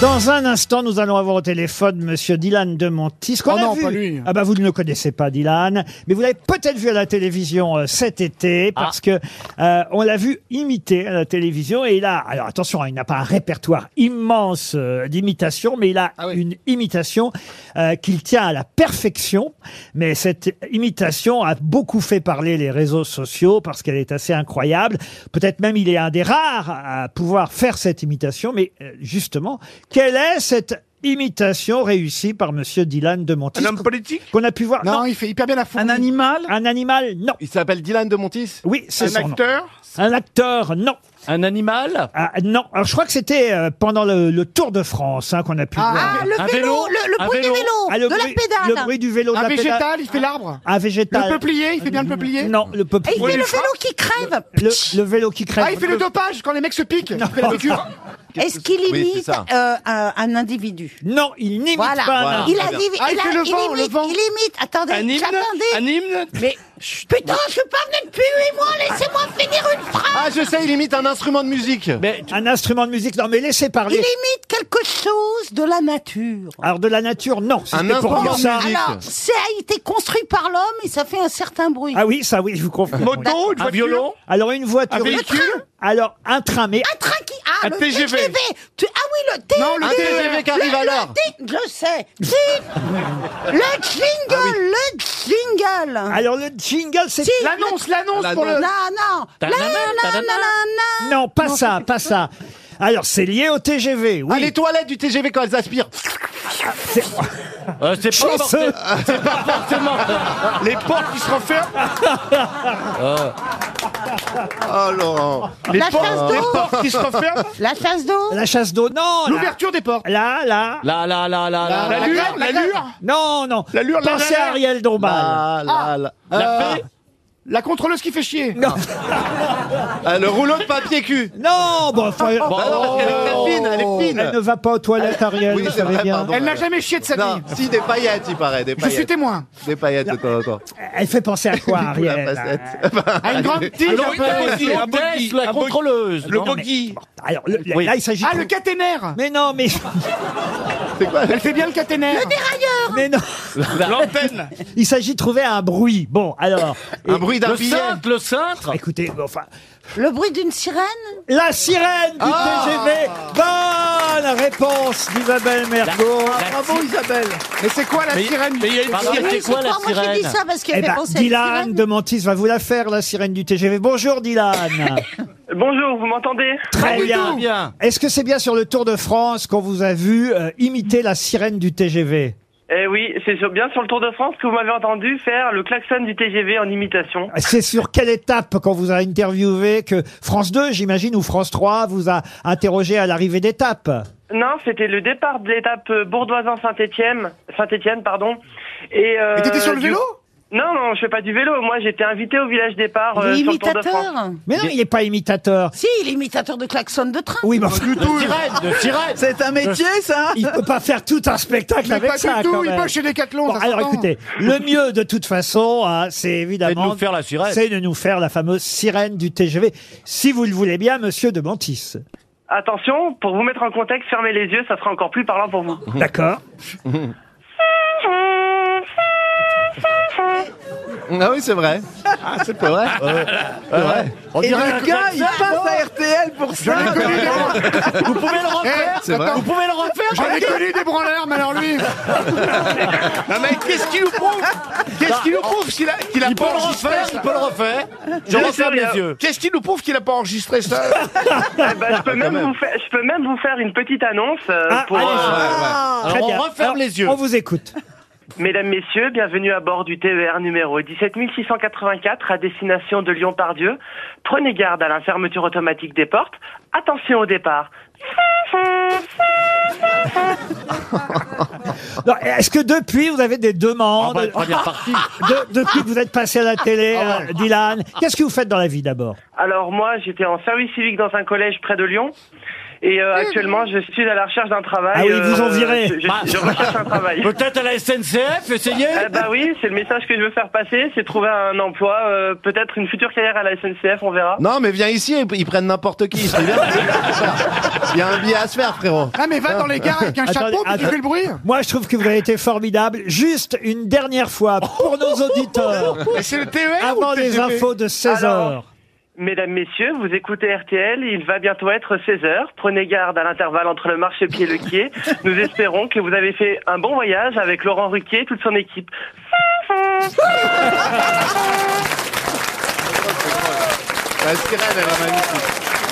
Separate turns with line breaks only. Dans un instant, nous allons avoir au téléphone Monsieur Dylan de Montis. qu'on
Oh
a
non,
vu.
pas lui.
Ah bah vous ne le connaissez pas, Dylan, mais vous l'avez peut-être vu à la télévision euh, cet été
Ah.
parce que euh, on l'a vu imiter à la télévision et il a. Alors attention, hein, il n'a pas un répertoire immense euh, d'imitation, mais il a
Ah oui.
une imitation euh, qu'il tient à la perfection. Mais cette imitation a beaucoup fait parler les réseaux sociaux parce qu'elle est assez incroyable. Peut-être même il est un des rares à pouvoir faire cette imitation. Mais euh, justement, quelle est cette imitation réussie par Monsieur Dylan de Montis
Un homme politique
qu'on a pu voir
Non,
Ah Non,
il fait hyper bien la fourmi.
animal
un animal Non.
Il s'appelle Dylan de Montis.
Oui, c'est
Un
son nom.
acteur
Un acteur Non.
Un animal
Ah, non. Alors je crois que c'était euh, pendant le, le Tour de France hein, qu'on a pu voir.
Ah, le
Un
vélo,
vélo,
le, le
un
bruit
vélo.
du vélo,
Ah,
de la
bruit-
pédale.
le bruit du vélo, de
Un
la pédale.
végétal, il fait l'arbre.
Un végétal.
Le peuplier, il fait bien le peuplier.
Non, le peuple.
Et Ah, il
Oui,
fait le vélo qui crève.
le, le vélo qui crève.
Ah, il fait le dopage quand les mecs se piquent. Il fait la piqûre.
Est-ce qu'il
Oui, c'est
imite
ça.
euh, un, un individu
Non, il n'imite
Voilà.
pas.
Voilà.
un-
Il, a,
Ah,
il,
Ah, il
il a-
fait le
il
vent,
imite,
le vent.
il imite. Attendez,
Un hymne
attendez.
Un hymne
Mais chut, putain, je suis pas venu depuis 8 mois, laissez-moi finir une phrase.
Ah, je sais, il imite un instrument de musique.
Mais tu-
Un instrument de musique. Non, mais laissez
Il
parler.
imite quelque chose de la nature. Oh,
Alors de la nature, non. Si
Un
C'était pour dire
instrument de
ça.
musique.
Alors, ça a été construit par l'homme et ça fait un certain bruit. Bah,
Ah oui, ça, oui, je vous confirme. oui.
Moto Une
un
voiture
violon
Alors une voiture.
Un véhicule
Alors un train, mais
Un train qui... Ah,
Un
le
TGV.
Tu- Ah oui, le TGV.
Non, le TGV qui arrive à l'heure.
Je sais. Tic. le jingle,
Ah
le jingle.
alors le jingle, c'est
Si,
L'annonce, l'annonce pour
Non,
le.
non. La,
Tadana,
la, la,
tadana.
la, la.
non, pas ça, pas ça. Alors c'est lié au TGV. Oui.
Ah, les toilettes du TGV quand elles aspirent.
Euh, C'est pas
Chanceux.
forcément- c'est pas forcément.
Les portes qui se referment
Oh Laurent
Les
La
portes,
chasse
les
d'eau.
portes qui se referment
La chasse d'eau.
La chasse d'eau, non. Là,
L'ouverture des portes.
là, là.
Là, là, là, là, là.
La-
L'allure
la-
L'allure
Non, non.
L'allure, la-
Pensez
la- la-
à Ariel
Bah,
Dombal.
Ah, là, là.
Euh, La contrôleuse qui fait chier.
Non,
Ah, le rouleau de papier cul
non, bon, enfin, oh,
Ah non, parce qu'elle est très fine, elle est fine
elle ne va pas aux toilettes, Ariel.
Oui,
vous
c'est
savez
vrai,
bien.
pardon.
Elle n'a jamais chié de sa vie.
Non, si, des paillettes, il paraît, des
Je suis
paillettes.
témoin.
Des paillettes de temps en temps.
Elle fait penser à quoi,
Pour la
Ariel
facette.
Ah,
À une grande tige.
Allô,
un peu.
la
oui,
hôtesse,
un bogey,
la
un bogey.
contrôleuse.
Le
Non, mais-
bogey
Alors, le- le-
Oui.
là, il s'agit.
Ah,
de-
le caténaire.
Mais non, mais,
C'est quoi
Elle fait bien le caténaire.
mais non.
L'antenne
Il s'agit de trouver un bruit. Bon, alors,
Ah.
Un bruit d'un
Le
billet
cintre, le cintre.
écoutez, enfin,
Le bruit d'une sirène.
la sirène du TGV. Bonne réponse d'Isabelle Mergo.
Bravo Isabelle. Mais c'est quoi la sirène
Mais il y a une
Ah
sirène.
oui,
C'est quoi la
Moi j'ai dit
sirène
ça parce qu'elle
Eh
fait
ben,
penser à une
Dylan
sirène.
de Mantis va vous la faire, la sirène du TGV. Bonjour, Dylan.
Bonjour, vous m'entendez
Très bien.
Bien, bien.
Est-ce que c'est bien sur le Tour de France qu'on vous a vu euh, imiter la sirène du TGV
Eh oui, c'est sur- bien sur le Tour de France que vous m'avez entendu faire le klaxon du TGV en imitation.
C'est sur quelle étape qu'on vous a interviewé que France 2, j'imagine, ou France 3 vous a interrogé à l'arrivée d'étape
Non, c'était le départ de l'étape euh, Bourdoisin-Saint-Étienne, Saint-Étienne, pardon. Et euh,
Et t'étais sur le
du-
vélo
Non, non, je fais pas du vélo. Moi, j'étais invité au village départ
Il
euh,
est
sur le Tour de France.
imitateur.
Mais non, il n'est pas imitateur.
Si, il est imitateur de klaxon de train.
Oui, mais enfin,
Sirène, de sirène.
C'est un métier, ça
il peut pas faire tout un spectacle
Mais
avec
pas
ça,
du
quand
tout, il
même.
bosse chez Decathlon.
Bon,
ça
alors
s'entend.
écoutez, le mieux de toute façon, hein, c'est
C'est de
évidemment,
nous faire la sirène.
c'est de nous faire la fameuse sirène du TGV, si vous le voulez bien, Monsieur de Mantis.
Attention, pour vous mettre en contexte, fermez les yeux, ça sera encore plus parlant pour vous.
Mhm.
D'accord.
Ah oui, c'est vrai. Ah, c'est pas vrai. Ouais. C'est vrai.
On
Et
dirait
le gars, il passe à RTL pour
J'en ai
ça
connu des branleurs.
Vous pouvez le refaire.
C'est vrai.
Vous pouvez le refaire.
J'en ai connu des branleurs, mais alors lui.
Non mais qu'est-ce qu'il nous prouve Qu'est-ce qu'il nous prouve qu'il a, qu'il a
Il peut
pas
le
enregistré
refaire. Il
ça
peut le refaire. Je
Mais
referme
c'est
les
rien.
yeux.
Qu'est-ce qu'il nous prouve qu'il a pas enregistré ça
Eh ben, je, peux même vous faire, je peux même vous faire une petite annonce. euh,
Ah,
pour,
allez,
euh,
Très
Alors on
bien.
referme
Alors,
les yeux.
On vous écoute.
Mesdames, Messieurs, bienvenue à bord du TER numéro 17684 à destination de Lyon-Pardieu. Prenez garde à la fermeture automatique des portes. Attention au départ.
Non, Est-ce que depuis, vous avez des
Ah
demandes
bah, Ah, première partie.
de- Depuis que vous êtes passé à la télé, euh, Dylan, qu'est-ce que vous faites dans la vie d'abord
Alors moi, j'étais en service civique dans un collège près de Lyon. Et euh, actuellement, je suis à la recherche d'un travail.
Ah oui, ils vous Ah. ont
euh,
viré.
Je, je- je recherche un travail.
Peut-être à la SNCF, essayez
Eh bah oui, c'est le message que je veux faire passer, c'est trouver un emploi, euh, peut-être une future carrière à la SNCF, on verra.
Non, mais viens ici, ils- ils prennent n'importe qui. ils sont bien. Il y a un billet à se faire, frérot.
Ah, mais va dans les gares avec un
Attendez,
chapeau, puis tu
attendez.
fais le bruit.
Moi, je trouve que vous avez été formidable. Juste une dernière fois pour nos auditeurs,
Mais c'est le TER ou
avant
le
les
TGV?
infos de 16
Alors,
heures.
Mesdames, messieurs, vous écoutez RTL, il va bientôt être 16h. Prenez garde à l'intervalle entre le marchepied et le quai. Nous espérons que vous avez fait un bon voyage avec Laurent Ruquier et toute son équipe.
La sirène, elle est magnifique.